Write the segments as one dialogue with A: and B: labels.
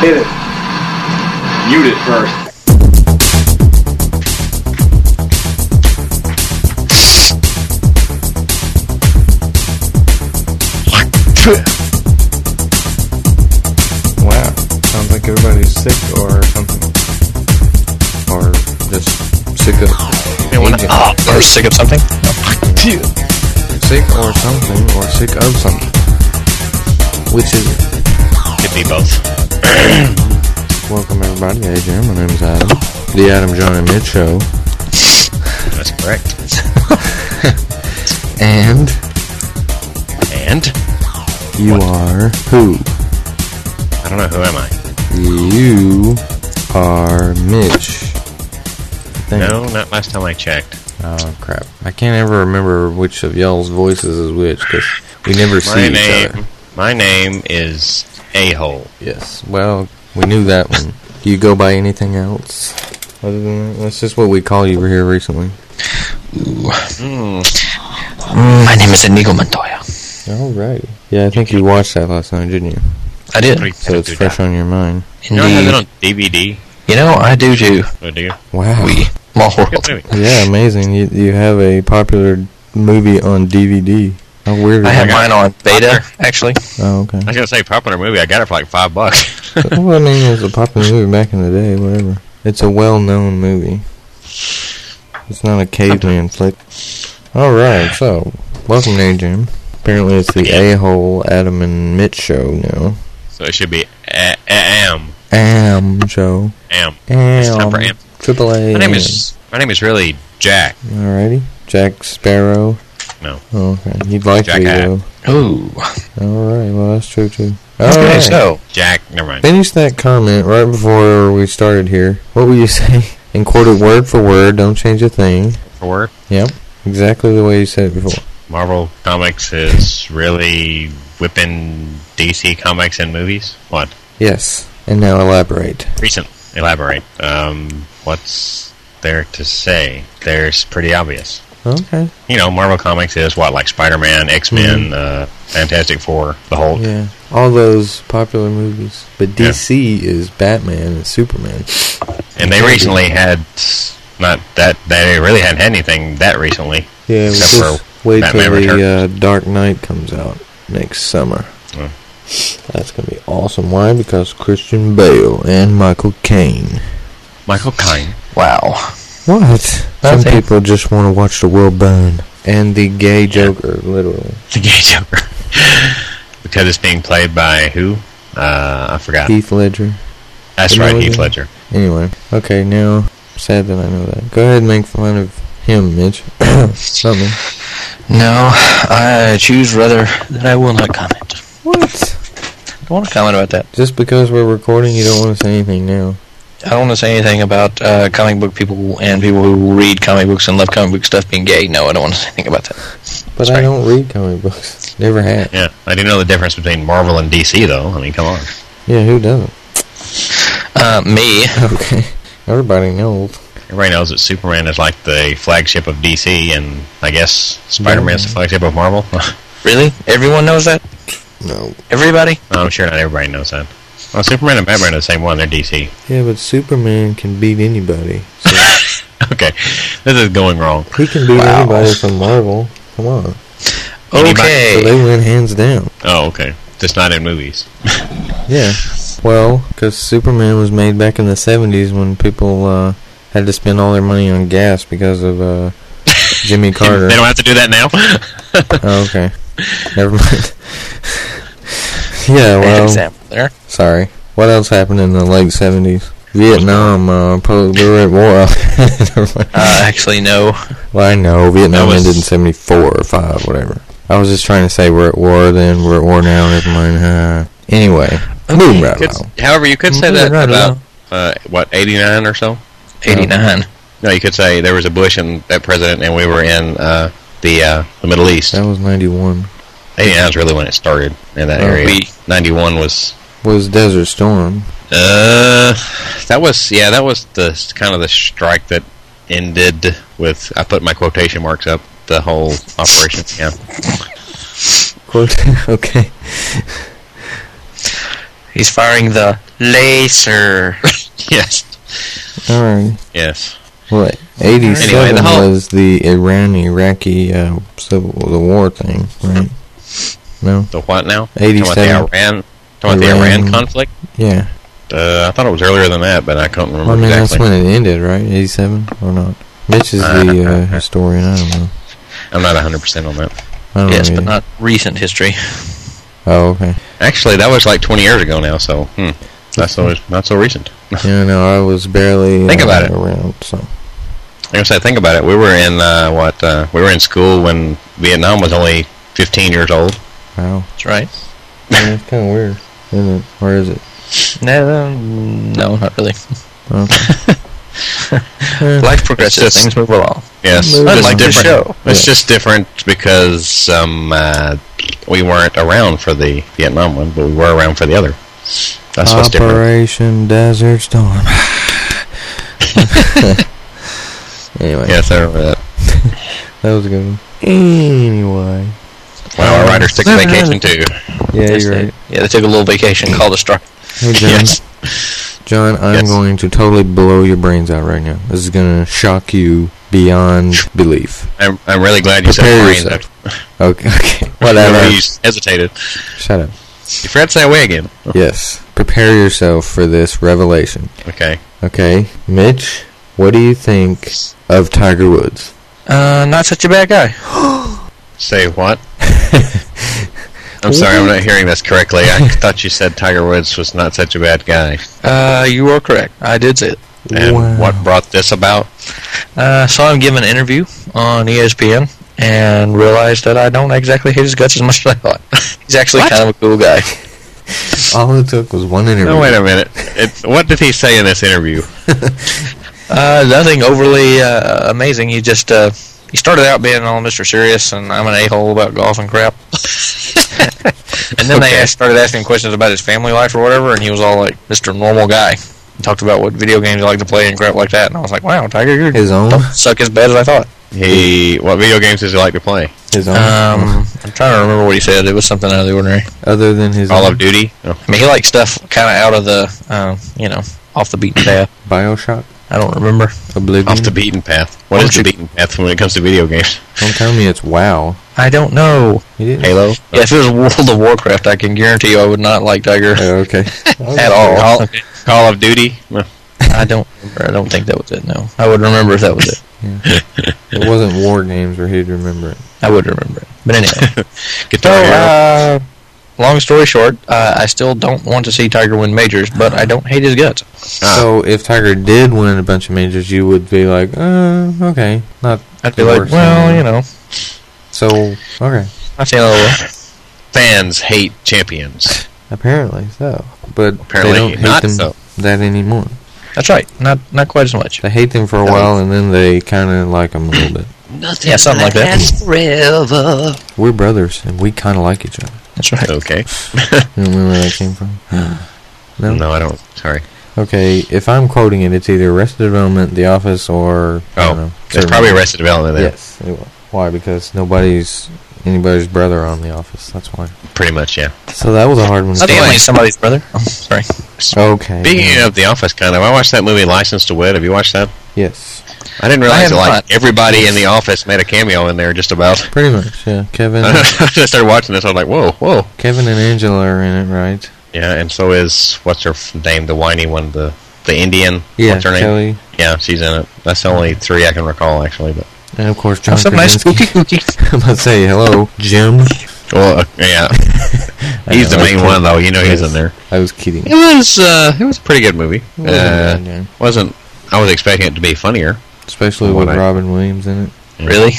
A: Hit it. Mute it first.
B: Wow. Sounds like everybody's sick or something. Or just sick of
C: Anyone
B: aging.
C: uh, or sick of something?
B: sick or something or sick of something. Which is it?
C: Could be both.
B: Welcome everybody to AJM. My name is Adam. The Adam John and Mitch show.
C: That's correct.
B: And
C: And
B: you are who?
C: I don't know who am I?
B: You are Mitch. Thank
C: No, not last time I checked.
B: Oh crap! I can't ever remember which of y'all's voices is which because we never see
C: My
B: each
C: name.
B: other.
C: My name is a hole.
B: Yes. Well, we knew that one. Do you go by anything else other than that? That's just what we call you here recently.
D: Mm. My name is Inigo Montoya.
B: All right. Yeah, I think you watched that last night, didn't you?
D: I did.
B: So it's fresh on your mind.
C: You don't have
D: Indeed.
C: that on DVD,
D: You know, I do too.
C: or Oh, do you?
B: Wow.
D: We. My
C: Yeah,
D: world.
C: maybe.
B: Yeah, amazing. You you have a popular movie on DVD. How weird is
D: I have
B: that?
D: mine on beta, actually.
B: Oh, okay.
C: I was gonna say popular movie. I got it for like five bucks.
B: well, I mean, it was a popular movie back in the day, whatever. It's a well known movie. It's not a caveman flick. Alright, so, welcome to Jim. Apparently, it's the
C: Yeah.
B: a hole Adam and Mitch show now.
C: so it should be a- a- am
B: Am show.
C: am. time
B: Am.
C: for Am.
B: Triple A.
C: My name is my name is really Jack.
B: Am. Alrighty. Jack Sparrow.
C: No.
B: Oh, okay. You'd like
C: Jack
B: to,
C: Hat.
B: though.
D: Ooh.
B: Alright, well, that's true, too.
D: Okay,
B: Alright.
D: so.
C: Jack. Never mind.
B: Finish that comment right before we started here. What were you saying? And quote it word for word. Don't change a thing.
C: Four.
B: Yep. Exactly the way you said it before.
C: Marvel Comics is really whipping DC comics and movies. What?
B: Yes. And now elaborate.
C: Recent. Elaborate. Um, what's there to say? There's pretty obvious.
B: Okay.
C: You know, Marvel Comics is what, like Spider Man, X Men, uh, Fantastic Four, the Hulk.
B: Yeah. All those popular movies. But DC is Batman and Superman.
C: And they recently had not that they really hadn't had anything that recently.
B: Yeah.
C: Except
B: Except just wait till
C: Batman
B: the uh, Dark Knight comes out next summer.
C: Mm.
B: That's gonna be awesome. Why? Because Christian Bale and Michael Caine.
C: Michael Caine.
D: Wow.
B: What? Some
D: Nothing.
B: people just want to watch the world burn. And the gay Joker, literally.
C: The gay Joker. because it's being played by who? Uh, I forgot.
B: Heath Ledger.
C: That's
B: Isn't
C: right,
B: that
C: Heath
B: what
C: Ledger.
B: Anyway, okay, now, sad that I know that. Go ahead and make fun of him, Mitch. Something.
D: No, I choose rather that I will not comment.
B: What?
D: I don't want to comment about that.
B: Just because we're recording, you don't want to say anything now.
D: I don't want to say anything about uh, comic book people and people who read comic books and love comic book stuff being gay. No, I don't want to say anything about that.
B: But I don't read comic books. Never have.
C: Yeah, I do know the difference between Marvel and DC, though. I mean, come on.
B: Yeah, who doesn't?
D: Uh, me.
B: Okay. Everybody knows.
C: Everybody knows that Superman is like the flagship of DC, and I guess Spider Man's the flagship of Marvel.
D: Really? Everyone knows that?
B: No.
D: Everybody?
C: I'm sure not everybody knows that. Well, Superman and Batman are the same one. They're DC.
B: Yeah, but Superman can beat anybody. So
C: Okay, this is going wrong.
B: he can beat
D: Wow.
B: anybody from Marvel. Come on.
C: Anybody-
B: So
D: Okay.
B: they win hands down.
C: Oh, okay. Just not in movies.
B: Yeah. Well, because Superman was made back in the 70s when people uh, had to spend all their money on gas because of uh, Jimmy Carter.
C: They don't have to do that now.
B: oh, okay. Never mind. yeah,
D: Bad
B: well,
D: example there.
B: sorry. What else happened in the late 70s? Vietnam, uh, probably we were at war. Never mind.
D: Uh, actually, no.
B: well, I know. Vietnam
C: That was-
B: ended in 74 or 5, whatever. I was just trying to say we're at war then, we're at war now, never mind. Uh, anyway, moving right
C: Could-
B: along.
C: however, you could say
B: Moving
C: that
B: right
C: about
B: along.
C: uh, what eighty nine or so.
D: 89.
C: No, you could say there was a Bush and that president, and we were in uh, the uh, the Middle East.
B: That was 91.
C: Eighty nine is really when it started in that
B: Oh,
C: area.
D: we-
C: Ninety one was
B: was Desert Storm.
C: Uh, that was yeah, that was the kind of the strike that ended with I put my quotation marks up the whole operation. Yeah,
B: Quote. okay.
D: He's firing the laser.
C: yes.
B: All right.
C: Yes.
B: What? 87
C: Anyway, the whole-
B: was the Iran-Iraqi uh, civil the war thing, right? No.
C: The what now? Talking about
B: 87.
C: the Iran. Talking about the
B: Iran.
C: Iran conflict.
B: Yeah.
C: Uh, I thought it was earlier than that, but I can't remember
B: I mean, that's
C: exactly.
B: when it ended, right? 87 or not? Mitch is the uh, historian. I don't know.
C: I'm not 100 percent on that.
B: I don't
D: yes,
B: know
D: but
B: either.
D: not recent history.
B: Oh, okay.
C: Actually, that was like 20 years ago now, so hmm, not so not so recent.
B: Yeah, no, I was barely
C: Think
B: uh,
C: about it.
B: around. So
C: Like I said, think about it. We were in uh, what? Uh, we were in school when Vietnam was only 15 years old.
B: wow,
D: That's right.
B: yeah, it's kind of weird, isn't it? Or is it?
D: No, no, not really.
B: Okay. Eh,
D: Life progresses.
C: It's just-
D: things move along.
C: Yes,
B: Maybe.
C: just
B: Unlike
D: this
C: different.
D: show.
C: It's
B: Yeah.
C: just different because um, uh, we weren't around for the Vietnam one, but we were around for the other. That's what's different.
B: Operation Desert Storm. anyway,
C: Yes, sir. Uh,
B: that was a good one. Anyway,
C: well, our writers took a vacation too.
B: yeah,
D: Yes,
B: you're
D: they-
B: right.
D: Yeah, they took a little vacation, called a strike.
B: Hey, John.
C: Yes.
B: John, I'm
C: Yes.
B: going to totally blow your brains out right now. This is gonna shock you beyond belief.
C: I'm, I'm really glad you said
B: Prepare
C: brains.
B: yourself.
C: after-
B: Okay, okay,
C: whenever
B: whatever.
C: You hesitated.
B: Shut up.
C: You forgot to say away again.
B: Yes, prepare yourself for this revelation.
C: Okay.
B: Okay, Mitch, what do you think of Tiger Woods?
D: Uh, not such a bad guy.
C: Say what? I'm sorry, I'm not hearing this correctly. I thought you said Tiger Woods was not such a bad guy.
D: Uh, you are correct. I did say it.
C: And what brought this about?
D: Uh, saw him give an interview on E ESPN and realized that I don't exactly hate his guts as much as I thought. He's actually
C: What?
D: kind of a cool guy.
B: All it took was one interview.
C: No, wait a minute. It's, what did he say in this interview?
D: Uh, nothing overly uh, amazing. He just uh, he started out being all Mr. Serious and I'm an a-hole about golf and crap. and then they
C: Okay.
D: asked, started asking questions about his family life or whatever, and he was all like Mr. Normal Guy. He talked about what video games he liked to play and crap like that, and I was like, wow, Tiger, you
B: His own?
D: don't suck as bad as I thought.
C: He, what video games does he like to play?
B: His own.
D: Um, I'm trying to remember what he said. It was something out of the ordinary.
B: Other than his
C: Call
B: own.
C: of Duty. Oh,
D: I mean, he likes stuff kind of out of the, uh, you know, off the beaten path.
B: Bioshock,
D: I don't remember.
B: Oblivion.
C: off the beaten path. What is the beaten path when it comes to video games?
B: Don't tell me it's WoW.
D: I don't know.
B: You didn't.
C: Halo.
D: Yeah, if it was World of Warcraft, I can guarantee you I would not like Tiger
B: Oh, okay.
D: at all.
C: Call, Call of Duty. No.
D: I don't remember. I don't think that was it. No, I would remember if that was it.
B: It wasn't war games where he'd remember it.
D: I would remember it. But anyway, so
C: Guitar Hero.
D: uh, long story short, uh, I still don't want to see Tiger win majors, but I don't hate his guts.
C: Ah.
B: So if Tiger did win a bunch of majors, you would be like, uh, okay, not.
D: I'd be
B: the
D: like,
B: worst
D: well,
B: thing."
D: you know, uh,
B: So okay,
D: I've seen a little.
C: Fans hate champions.
B: apparently so, but
C: Apparently
B: they don't hate
C: not
B: them
C: so.
B: that anymore.
D: That's right. Not not quite as much.
B: They hate them for a while, and then they kind of like them a little bit.
D: Yeah, something like that.
B: We're brothers, and we kind of like each other.
D: That's right.
C: Okay.
B: You don't remember where that came from? no.
C: No, I don't. Sorry.
B: Okay, if I'm quoting it, it's either Arrested Development, The Office, or I don't know,
C: Oh, there's
B: Certain-
C: probably Arrested Development there.
B: Yes. it wa- Why? Because nobody's anybody's brother on The Office. That's why.
C: Pretty much, yeah.
B: So that was a hard one. to
D: Stanley's
C: Stanley.
D: somebody's brother. Oh, sorry.
B: find. Okay.
C: Speaking of The Office, kind of, I watched that movie License to Wed. Have you watched that?
B: Yes.
C: I didn't
D: I
C: realize
D: have
C: that, like
D: not.
C: everybody in The Office made a cameo in there. Just about.
B: Pretty much. Yeah. Kevin.
C: I started watching this. I was like, whoa, whoa.
B: Kevin and Angela are in it, right?
C: Yeah, and so is what's her f- name? The whiny one, the the Indian.
B: Yeah.
C: what's her name?
B: Kelly.
C: Yeah, she's in it. That's the only three I can recall, actually. But
B: And of course, John
D: Have some nice
B: Krasinski.
D: cookie cookie.
B: I'm about to say hello, Jim.
C: well, uh, yeah, he's the
B: I know,
C: main
B: okay.
C: one though. You know he's
B: Yes.
C: in there.
B: I was kidding.
C: It was uh, it was a pretty good movie.
B: wasn't
C: Uh,
B: bad, yeah.
C: wasn't I was expecting it to be funnier.
B: Especially
C: what
B: with
C: I-
B: Robin Williams in it.
D: Really?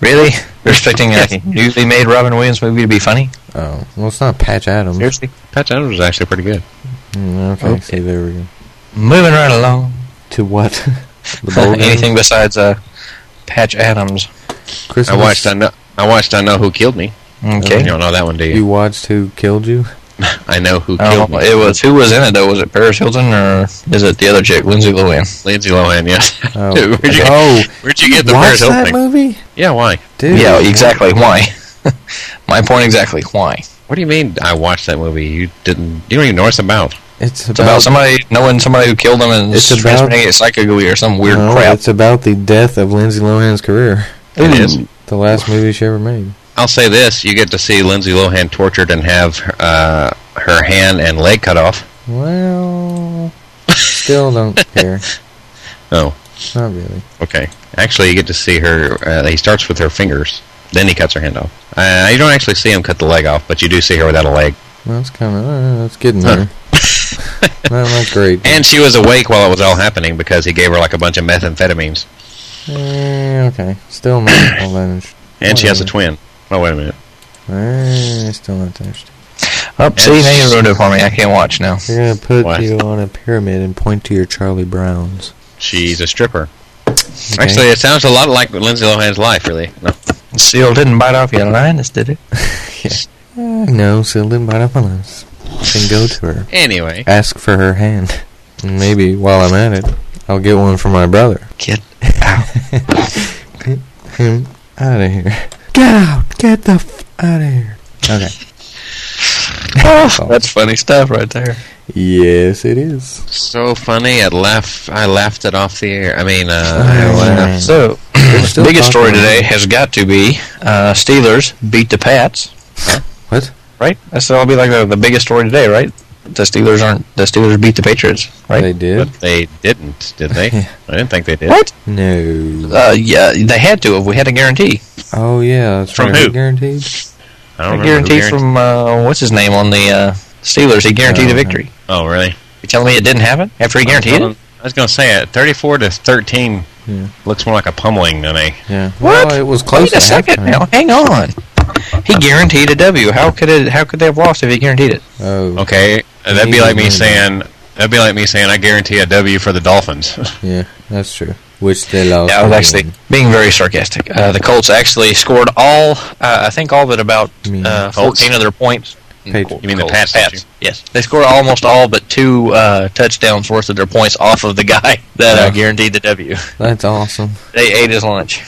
D: Really? You're expecting like, a newly made Robin Williams movie to be funny?
B: Oh, well, it's not Patch Adams.
D: Seriously?
C: Patch Adams was actually pretty good.
B: Mm, okay,
C: Oh.
D: Okay.
B: so there we go.
D: Moving right along.
B: To what? the bowl game?
D: Anything besides uh, Patch Adams.
B: Christmas?
C: I watched I know I watched I know who killed me. You
D: Okay.
C: don't know that one, do you?
B: You watched Who Killed You?
C: I know who
D: Oh,
C: killed me.
D: it was who was in it though? Was it Paris Hilton or is it the other chick, Lindsay Lohan?
C: Lindsay Lohan. Yes.
B: Oh,
C: Dude, where'd you,
B: oh
C: where'd you get the
B: watch
C: Paris Hilton
B: that
C: thing?
B: movie?
C: Yeah, why?
B: Dude.
D: Yeah, exactly. Why? My point exactly. Why?
C: What do you mean? I watched that movie. You didn't. You don't even know what it's about.
B: It's
D: It's about somebody knowing somebody who killed them and
B: It's
D: Um, it's
B: about-
D: transmitting it psychically or some weird
B: no,
D: crap.
B: It's about the death of Lindsay Lohan's career.
C: It is.
B: The last movie she ever made.
C: I'll say this: you get to see Lindsay Lohan tortured and have uh, her hand and leg cut off.
B: Well, still don't care.
C: Oh,
B: Not really.
C: okay. Actually, you get to see her. Uh, he starts with her fingers, then he cuts her hand off. Uh, you don't actually see him cut the leg off, but you do see her without a leg.
B: Well, it's kind of uh, that's getting there. not, not great.
C: And she was awake while it was all happening because he gave her like a bunch of methamphetamines.
B: Eh, okay, still not all that interesting.
C: And she has a twin. Oh wait a minute.
B: Eh, still not that interesting.
D: Up, see, now you ruined it for me. I can't watch now.
B: They're gonna put
C: What?
B: you on a pyramid and point to your Charlie Browns.
C: She's a stripper.
B: Okay.
C: Actually, it sounds a lot like Lindsay Lohan's life, really. No.
D: Seal didn't bite off your linus, did it?
B: Eh, no, so didn't bite up on us. Then go to her,
C: Anyway,
B: ask for her hand, and maybe while I'm at it, I'll get one for my brother.
D: Get
B: him out of here. Get out! Get the f out of here. Okay.
D: Oh, that's funny stuff right there.
B: Yes, it is.
C: so funny. I laugh. I laughed it off the air. I mean, uh,
B: Oh,
C: I
B: man.
D: So,
B: still
D: biggest story
B: talking.
D: today has got to be uh, Steelers beat the Pats,
B: What?
D: right? That's that'll be like the, the biggest story today, right? The Steelers aren't the Steelers beat the Patriots, right?
B: They did?
C: But they didn't, did they?
B: Yeah.
C: I didn't think they did.
D: What?
B: No.
D: Uh, yeah, they had to have. We had a guarantee.
B: Oh yeah, that's
C: From
B: right.
C: who?
B: Guaranteed.
C: I
D: A
C: don't remember.
D: guarantee
C: who guaranteed-
D: from uh, what's his name on the uh, Steelers. He guaranteed
B: Uh,
D: a victory.
C: Oh, really?
D: You telling me it didn't happen after he guaranteed it?
C: I was going to say it. Thirty-four to thirteen
B: Yeah.
C: looks more like a pummeling than a.
B: Yeah.
D: What?
B: Well, it was close.
D: Wait a
B: at
D: second
B: halftime.
D: now. Hang on. He guaranteed a W. How could it? How could they have lost if he guaranteed it?
B: Oh.
C: Okay, uh, that'd be like me saying. That'd be like me saying I guarantee a W for the Dolphins.
B: Yeah, that's true. Which they lost.
D: Yeah, I was
B: anyway.
D: actually being very sarcastic. Uh, the Colts actually scored all, uh, I think, all but about
B: mean
D: uh,
C: Colts?
D: 14 of their points.
B: Patri-
C: You mean the Pats,
D: Colts.
C: don't you?
D: Yes. They scored almost all but two uh, touchdowns worth of their points off of the guy that
B: Oh.
D: uh, guaranteed the W.
B: That's awesome.
D: They ate his lunch.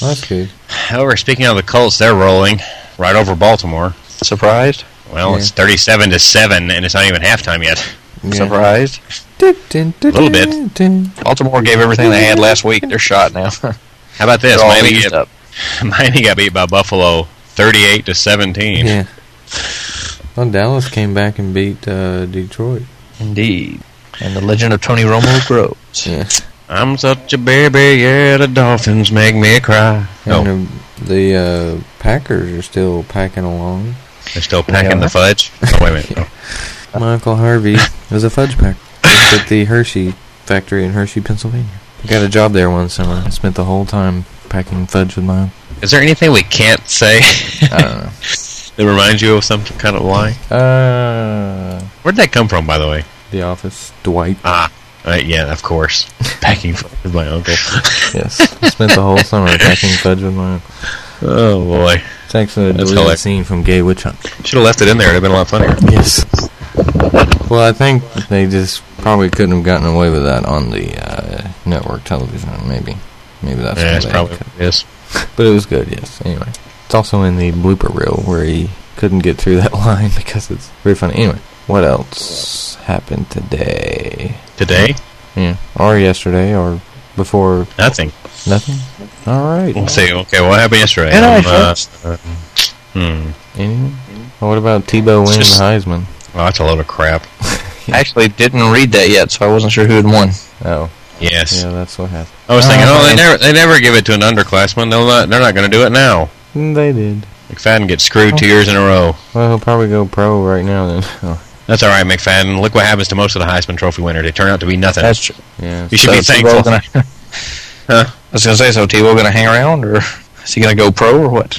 B: That's good.
C: However, speaking of the Colts, they're rolling right over Baltimore.
D: Surprised?
C: Well,
B: Yeah.
C: it's thirty-seven to seven, and it's not even halftime yet.
B: Yeah.
D: Surprised?
B: A
C: Little bit.
D: Baltimore gave everything they had last week. They're shot now.
C: How about this?
D: They're all
C: Miami
D: used
C: got,
D: up.
C: Miami got beat by Buffalo, thirty-eight to seventeen.
B: Yeah. Well, Dallas came back and beat uh, Detroit.
D: Indeed. And the legend of Tony Romo grows.
B: Yeah.
C: I'm such a baby, yeah. The Dolphins make me cry. Oh,
B: And
C: No,
B: the, the uh, Packers are still packing along.
C: they're still packing
D: Yeah.
C: the fudge. Oh wait a minute. Oh.
B: Michael Harvey was a fudge packer at the Hershey factory in Hershey, Pennsylvania. Got a job there one summer. I spent the whole time packing fudge with mine.
C: Is there anything we can't say
B: I don't know.
C: that reminds you of some kind of lie?
B: Uh,
C: Where'd that come from, by the way?
B: the office, Dwight.
C: Ah, uh, yeah, of course. Packing fudge with my uncle.
B: Yes, I spent the whole summer packing fudge with mine.
C: Oh boy,
B: It's actually a
C: That's
B: deleted
C: hilarious.
B: scene from Gay Witch Hunt.
C: should have left it in there. It'd have been a lot funnier.
B: Yes. Well, I think they just probably couldn't have gotten away with that on the uh, network television. Maybe, maybe that's
C: yeah,
B: why
C: it's
B: they
C: probably
B: cut-
C: yes.
B: But it was good. Yes. Anyway, it's also in the blooper reel where he couldn't get through that line because it's very funny. Anyway, what else happened today?
C: Today,
B: Yeah, or yesterday, or before
C: nothing.
B: nothing. All right.
C: Let's see. Okay, what happened yesterday?
D: And I
C: Um, uh, hmm.
B: Anyone? Well, what about Tebow winning
C: just-
B: the Heisman?
C: Well, that's a load of crap.
D: I actually didn't read that yet, so I wasn't sure who had won.
B: Oh,
C: Yes.
B: yeah, that's what happened.
C: I was thinking,
D: Oh,
C: oh, they
D: man.
C: never, they never give it to an underclassman. They'll not, they're not going to do it now.
B: Mm, They did.
C: McFadden gets screwed two years in a row.
B: Well, he'll probably go pro right now then. Oh,
C: That's all right, McFadden. Look what happens to most of the Heisman Trophy winners. They turn out to be nothing.
D: That's true.
B: yeah.
C: you should be
D: So
C: thankful.
D: Tebow Gonna,
C: Huh?
D: I was gonna say, so Tebow gonna hang around, or is he gonna go pro, or what?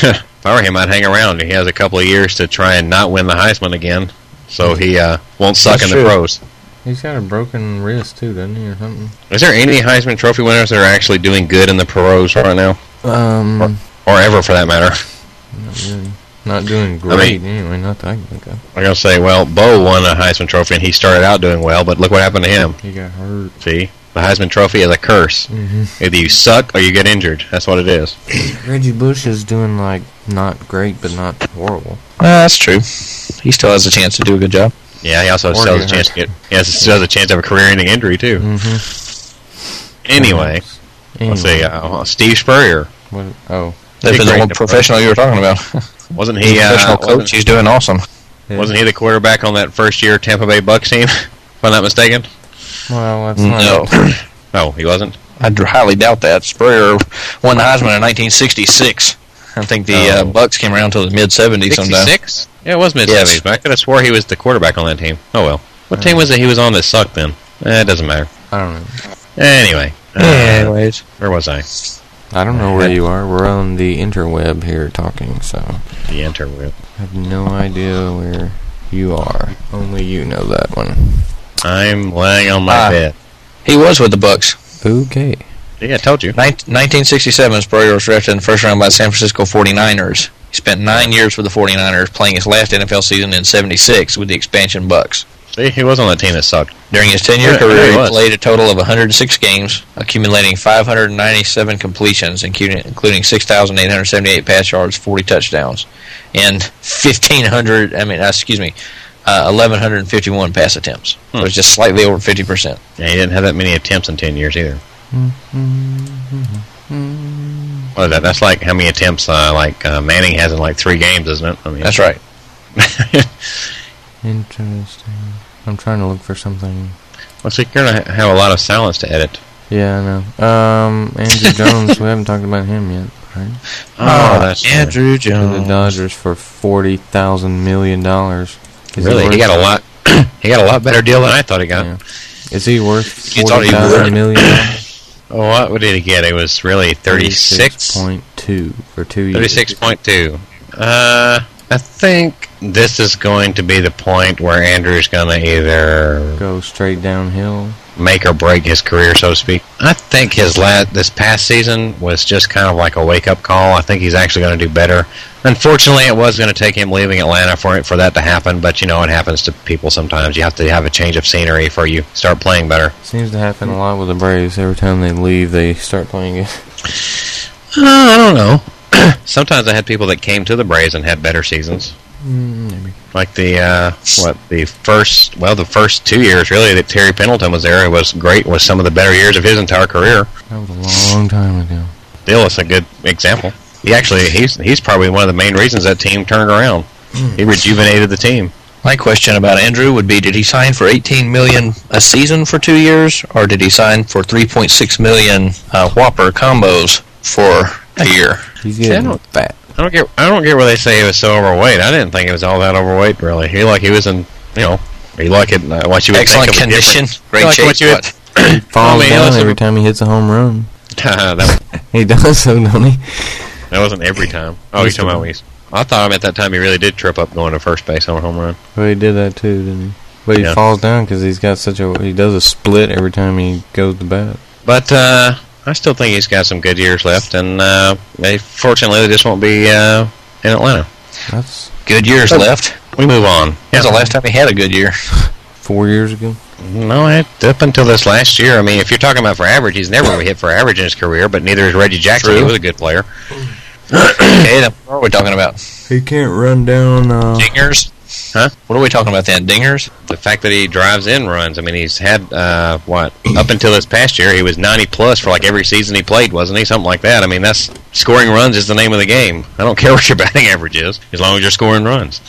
C: If I were him, I'd hang around. He has a couple of years to try and not win the Heisman again, so he uh, won't suck
D: That's
C: in the
D: true.
C: pros.
B: He's got a broken wrist too, doesn't he, or something?
C: Is there any Heisman Trophy winners that are actually doing good in the pros right now,
B: Um,
C: or ever for that matter?
B: not really. Not doing great anyway. Not that I can think of.
C: I'm gonna say, well, Bo won a Heisman Trophy and he started out doing well, but look what happened to him.
B: He got hurt.
C: See, the Heisman Trophy is a curse.
B: hmm
C: Either you suck or you get injured. That's what it is.
B: Reggie Bush is doing like not great, but not horrible.
D: Uh, that's true. He still has a chance to do a good job.
C: Yeah, he also
B: Or
C: still has
B: get
C: a chance to get. He has, still has a chance to have a career-ending injury too.
B: Mm-hmm.
C: Anyway, let's see. Uh, Steve Spurrier
B: What, oh.
D: That's
C: Big
D: the
C: brain
D: old professional you were talking about.
C: wasn't
D: He's
C: he?
D: a
C: Uh,
D: professional
C: wasn't,
D: coach. He's doing awesome.
C: wasn't he the quarterback on that first-year Tampa Bay Bucks team? if I'm not mistaken.
B: Well, that's
D: No,
B: not.
C: No, he wasn't.
D: I d- highly doubt that. Spurrier won the Heisman in 1966. I think the uh,
C: Oh.
D: Bucks came around till the mid 70s sometime.
C: Sixty-six. Yeah, it was mid-seventies. But I could have swore he was the quarterback on that team. Oh well. What team was it he was on that sucked then? Eh, it doesn't matter.
B: I don't know.
C: Anyway, uh,
D: Anyways,
C: where was I?
B: I don't know where you are. We're on the interweb here talking, so
C: The interweb.
B: I have no idea where you are. Only you know that one.
C: I'm laying on my
D: Ah.
C: bed.
D: he was with the Bucks.
B: Okay.
C: Yeah, I told you.
D: Nin- 1967, Spurrier was drafted in the first round by the San Francisco 49ers. He spent nine years with the 49ers, playing his last NFL season in 76 with the expansion Bucks.
C: See, he was on that team that sucked.
D: During his 10 year
C: Yeah,
D: career,
C: yeah, he
D: he
C: was.
D: played a total of 106 games, accumulating 597 completions, including, including 6,878 pass yards, 40 touchdowns, and 1,500, I mean, uh, excuse me, uh, 1,151 pass attempts. So
C: Hmm.
D: it's just slightly over 50%.
C: Yeah, he didn't have that many attempts in ten years either. Mm-hmm. What is that? That's like how many attempts uh, like uh, Manning has in like three games, isn't it? I mean,
D: That's right.
B: Interesting. I'm trying to look for something.
C: Looks like you're gonna ha- have a lot of silence to edit.
B: Yeah, I know. Um, Andrew Jones. we haven't talked about him yet. Right?
C: Oh, that's
D: Andrew
B: To the Dodgers for forty thousand million dollars. Is
C: really
B: worth-
C: he got a lot. he got a lot better deal than I thought he got.
B: Yeah. Is he worth
C: You thought
B: forty
C: he would.
B: thousand million?
C: Oh, what, what did he get? It was really 36?
B: point two for two years.
C: 36.2. Uh, I think this is going to be the point where Andrew's going to either
B: Go straight downhill.
C: make or break his career, so to speak. I think his last this past season was just kind of like a wake up call. I think he's actually going to do better. Unfortunately, it was going to take him leaving Atlanta for it for that to happen. But you know, it happens to people sometimes. You have to have a change of scenery for you start playing better.
B: Seems to happen a lot with the Braves. Every time they leave, they start playing it.
C: Uh, I don't know. sometimes I had people that came to the Braves and had better seasons. Mm,
B: Maybe.
C: Like the uh, what the first well the first two years really that Terry Pendleton was there it was great was some of the better years of his entire career.
B: That was a long time ago.
C: Still, it's a good example. He actually he's he's probably one of the main reasons that team turned around. He rejuvenated the team.
D: My question about Andrew would be: Did he sign for 18 million a season for two years, or did he sign for 3.6 million uh, Whopper combos for a year?
B: He's
C: I
B: getting
C: don't-
B: fat.
C: I don't get I don't get where they say he was so overweight. I didn't think he was all that overweight really. He like he was in you know he like it uh, what you would think
D: Excellent
C: of a
D: condition, great
C: Like
D: shape.
C: what you would-
D: but-
B: Falls
C: mean,
B: down
C: listen-
B: every time he hits a home run.
C: different- that,
B: He does so, don't he?
C: that wasn't every time. Oh, you're talking about when he's. I thought him at that time he really did trip up going to first base on a home run.
B: Well, he did that too, didn't he? But he
C: Yeah.
B: falls down because he's got such a. He does a split every time he goes to bat.
C: But uh, I still think he's got some good years left, and uh, they fortunately they just won't be uh, in Atlanta.
B: That's
D: good years left.
C: We move on.
D: When's the last time he had a good year?
B: four years ago.
C: No, it- up until this last year. I mean, if you're talking about for average, he's never really hit for average in his career, but neither is Reggie Jackson. He
D: True.
C: was a good player.
D: okay, then what are we talking about?
B: He can't run down. Uh,
D: Dingers?
C: Huh?
D: What are we talking about then? Dingers?
C: The fact that he drives in runs, I mean, he's had, uh, what, up until this past year, he was 90 plus for like every season he played, wasn't he? Something like that. I mean, that's scoring runs is the name of the game. I don't care what your batting average is, as long as you're scoring runs.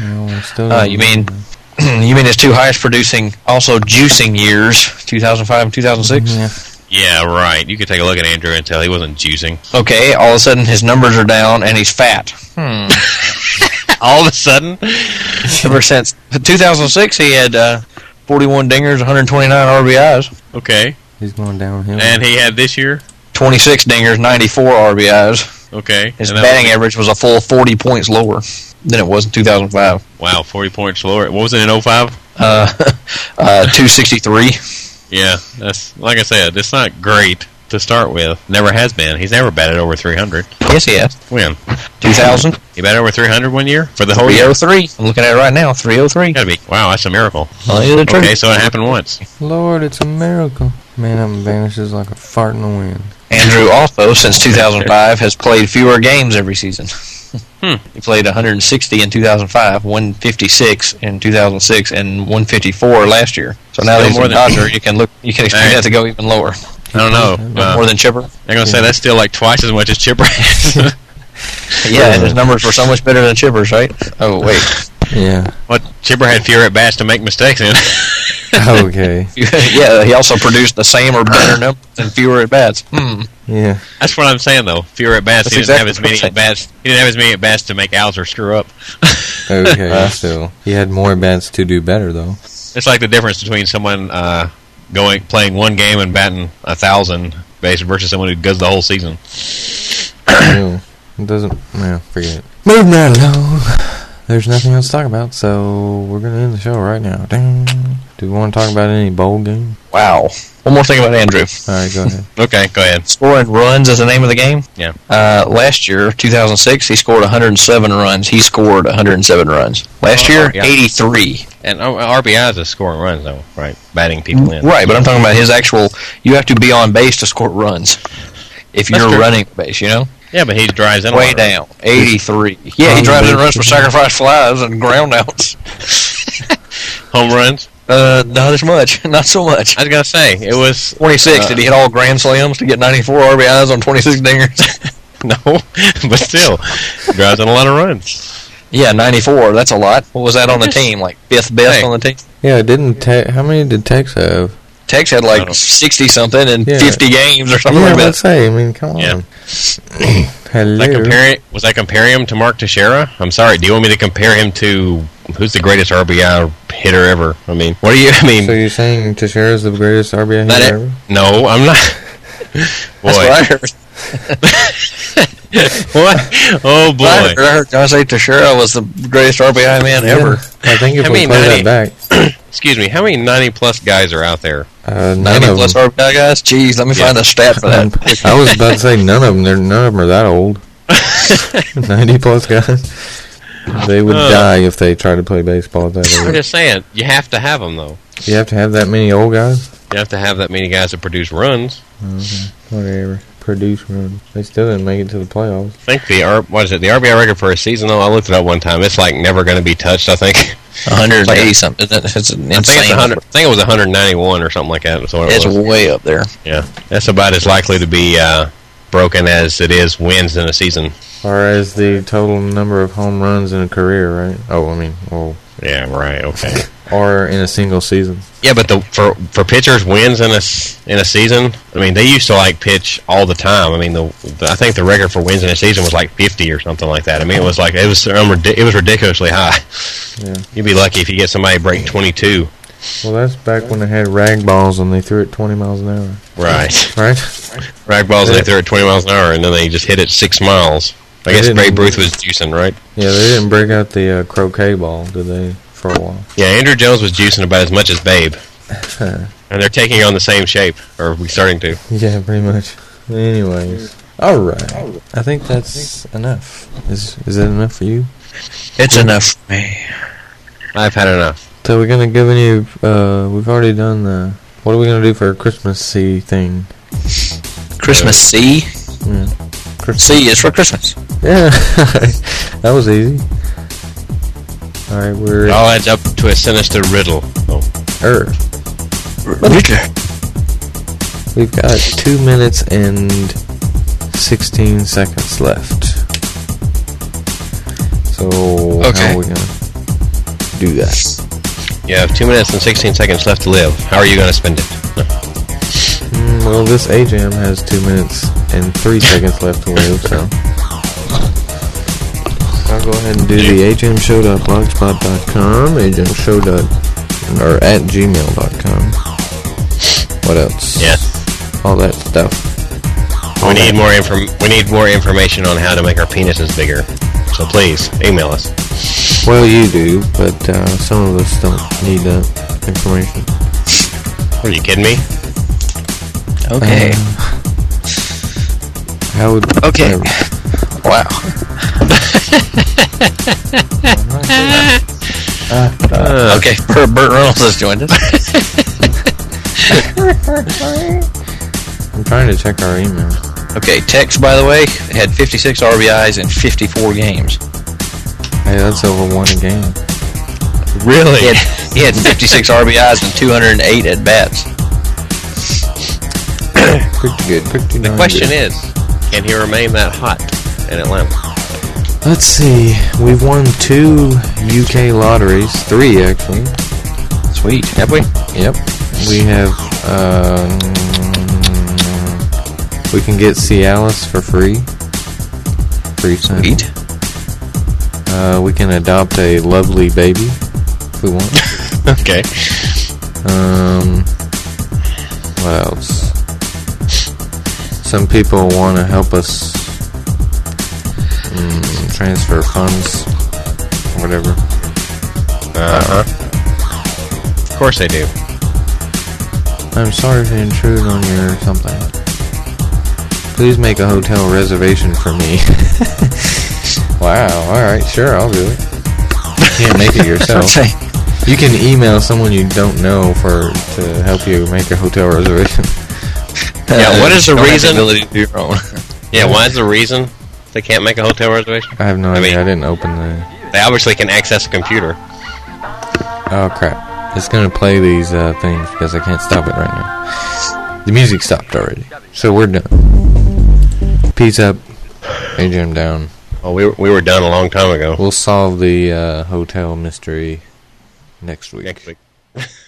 B: no, he still
D: Uh,
B: doesn't
D: you mean
B: run
D: you mean his two highest producing, also juicing years, 2005 and 2006?
B: down. Yeah.
C: Yeah, right. You could take a look at Andrew and tell he wasn't juicing.
D: Okay, all of a sudden his numbers are down and he's fat. Hmm.
C: All of a sudden,
D: Ever since 2006, he had uh, 41 dingers, 129 RBIs,
C: okay.
B: He's going downhill.
C: And he had this year,
D: 26 dingers, 94 RBIs.
C: okay.
D: His
C: And that was-
D: batting average was a full 40 points lower than it was in 2005.
C: Wow, 40 points lower. What was it in 05?
D: Uh, uh, 263.
C: Yeah, that's like I said, it's not great to start with. Never has been. He's never batted over 300.
D: Yes, he has.
C: When?
D: 2000.
C: He batted over 300 one year for the whole year?
D: 303. I'm looking at it right now. 303.
C: Gotta be. Wow, that's a miracle.
D: Well, he's a true-
C: Okay, so it happened once.
B: Lord, it's a miracle. Man up and vanishes like a fart in the wind.
D: Andrew also, since 2005, has played fewer games every season.
C: Hmm.
D: He played 160 in 2005, 156 in 2006, and 154 last year. So
C: Still
D: now that he's
C: more
D: a
C: than-
D: Dodger, you can look. You can expect
C: Alright.
D: that to go even lower,
C: I don't know. Uh,
D: more than Chipper.
C: they're gonna say that's still like twice as much as Chipper has.
D: Yeah, and
C: uh,
D: his numbers were so much better than Chipper's, right? Oh wait,
B: Yeah.
C: what Chipper had fewer at bats to make mistakes in.
B: Okay.
D: yeah, he also produced the same or better numbers and fewer at bats. Hmm.
B: Yeah.
C: that's what I'm saying though. Fewer at bats. He
D: That's
C: didn't have
D: exactly
C: as many
D: what I'm
C: at bats. He didn't have as many at bats to make outs or screw up.
B: Okay. so he had more bats to do better though.
C: It's like the difference between someone uh, going playing one game and batting a thousand base versus someone who does the whole season.
B: Ew. It doesn't. Well, forget it. Moving right along. There's nothing else to talk about, so we're gonna end the show right now. Ding. Do we want to talk about any bowl game?
D: Wow. One more thing about Andrew.
B: All right, go ahead.
C: Okay, go ahead.
D: Scoring runs is the name of the game.
C: Yeah.
D: Uh, last year, 2006, he scored 107 runs. He scored 107 runs. Last
C: Oh,
D: year,
C: yeah.
D: 83.
C: And oh, RBIs is scoring runs though, right? Batting people in.
D: Right, but I'm talking about his actual. You have to be on base to score runs. If
C: That's
D: you're
C: true.
D: running base, you know,
C: Yeah, but he drives in a lot
D: way
C: of runs.
D: down, 83. Yeah, he
B: On
D: drives in
B: base.
D: runs for sacrifice flies and ground outs.
C: home runs.
D: Uh, not as much, not so much.
C: I was gonna say it was
D: 26.
C: Uh,
D: did he hit all grand slams to get 94 RBIs on 26 dingers?
C: no, but still drives in a lot of runs.
D: yeah, 94. That's a lot. What was that on the team? Like fifth best
C: Hey.
D: on the team.
B: Yeah, didn't Te- how many did Tex have?
D: Tex had
C: I
D: like
C: don't-
D: sixty something in
B: Yeah.
D: fifty games or something
B: yeah,
D: like
B: let's
D: that.
B: say. I mean, come on.
C: Yeah. Was I
B: Hello.
C: comparing was I comparing him to Mark Teixeira? I'm sorry. Do you want me to compare him to who's the greatest RBI hitter ever? I mean, what do you? I mean,
B: So you're saying Teixeira's the greatest RBI
C: Not e-
B: hitter
C: it.
B: ever?
C: no, I'm not.
D: That's what I
C: Boy,
D: heard.
C: what? Oh
D: What I heard,
C: boy!
D: I heard John say Teixeira was the greatest RBI man ever.
B: Yeah. I think if
C: I
B: we
C: mean,
B: play that
C: ninety-
B: back,
C: Excuse me. How many 90 plus guys are out there?
B: uh, none
D: Ninety
B: of
D: plus
B: them.
D: RBI guys. Jeez, let me
C: Yeah.
D: find a stat for
B: Um,
D: that.
B: I was about to say none of them. They're, none of them are that old. Ninety plus guys. They would
C: Uh.
B: die if they tried to play baseball at
C: I'm
B: that
C: just saying, you have to have them though.
B: age. You have to have that many old guys.
C: You have to have that many guys that produce runs.
B: Whatever. Produce runs. They still didn't make it to the playoffs.
C: I think the R what is it? The RBI record for a season though. I looked it up one time. It's like never going to be touched. I think.
D: One hundred eighty something. That's that's an
C: I think it's
D: insane.
C: 100. I think it was 191 or something like that. That's what it
D: It's
C: was.
D: way up there.
C: Yeah, that's about as likely to be uh, broken as it is wins in a season.
B: Or as the total number of home runs in a career, right? Oh, I mean, well,
C: Yeah, right. Okay.
B: or in a single season.
C: yeah, but the for for pitchers wins in a s- in a season. I mean, they used to like pitch all the time. I mean, the, the I think the record for wins in a season was like 50 or something like that. I mean, it was like it was um, ridi- it was ridiculously high.
B: Yeah.
C: You'd be lucky if you get somebody to break 22.
B: Well, that's back when they had rag balls and they threw it 20 miles an hour,
C: Right.
B: right?
C: Ragballs they threw at 20 miles an hour and then they just hit it six miles. I
B: They
C: guess
B: didn't-
C: Babe Ruth was juicing, right?
B: Yeah, they didn't break out the uh, croquet ball, did they? For a while.
C: Yeah, Andrew Jones was juicing about as much as Babe. And they're taking on the same shape, or we starting to.
B: Yeah, pretty much. Anyways, all right. I think that's enough. Is is that enough for you?
D: It's enough for me.
C: I've had enough.
B: So we're gonna give any. Uh, we've already done the. What are we gonna do for a Christmassy thing?
D: Christmas C.
B: Yeah,
D: C is for Christmas.
B: yeah. that was easy. All right, we're
C: It all adds up to a sinister riddle. Oh.
B: er. We've got two minutes and sixteen seconds left. So
D: Okay.
B: how are we gonna do that?
C: You have two minutes and 16 seconds left to live. How are you going to spend it? No.
B: Mm, well, this AJM has two minutes and three seconds left to live, so. I'll go ahead and do the ajmshow.blogspot.com, ajmshow. dot- or at gmail.com. What else?
C: Yeah.
B: All that stuff.
C: We need more inform- We need more information on how to make our penises bigger. So please email us.
B: Well, you do, but uh, some of us don't need that information.
C: Are you kidding me?
D: Okay.
B: Uh, how would.
D: Okay. Wow. okay. Burt, Burt Reynolds has joined us.
B: I'm trying to check our email.
D: Okay, Tex, by the way, had 56 RBIs in 54 games.
B: Hey, that's over one a game.
C: Really?
D: He had, he had 56 RBIs and 208 at bats.
B: Pretty good. Pretty
D: Oh,
C: The question is, can he remain that hot in Atlanta?
B: Let's see. We won two UK lotteries, three actually.
D: Sweet.
C: Have we?
B: Yep. We have. Um, we can get Cialis for free. Free sample.
D: Sweet.
B: Uh, we can adopt a lovely baby if we want.
C: Okay.
B: Um, what else? Some people want to help us mm, transfer funds, or whatever.
C: Uh huh. Of course they do.
B: I'm sorry to intrude on your something. Please make a hotel reservation for me. wow. All right. Sure. I'll do it. You can't make it yourself. You can email someone you don't know for to help you make a hotel reservation.
C: Yeah. What is the
D: uh, Don't have
C: reason?
D: ability to do your own.
C: Yeah. Why is the reason they can't make a hotel reservation?
B: I have no
C: I
B: idea.
C: mean-
B: I didn't open the.
C: They obviously can access a computer.
B: Oh crap! It's gonna play these uh, things because I can't stop it right now. The music stopped already, so we're done. Peace up, AJM down.
C: Oh, we were, we were done a long time ago.
B: We'll solve the uh, hotel mystery next week.
C: Next week.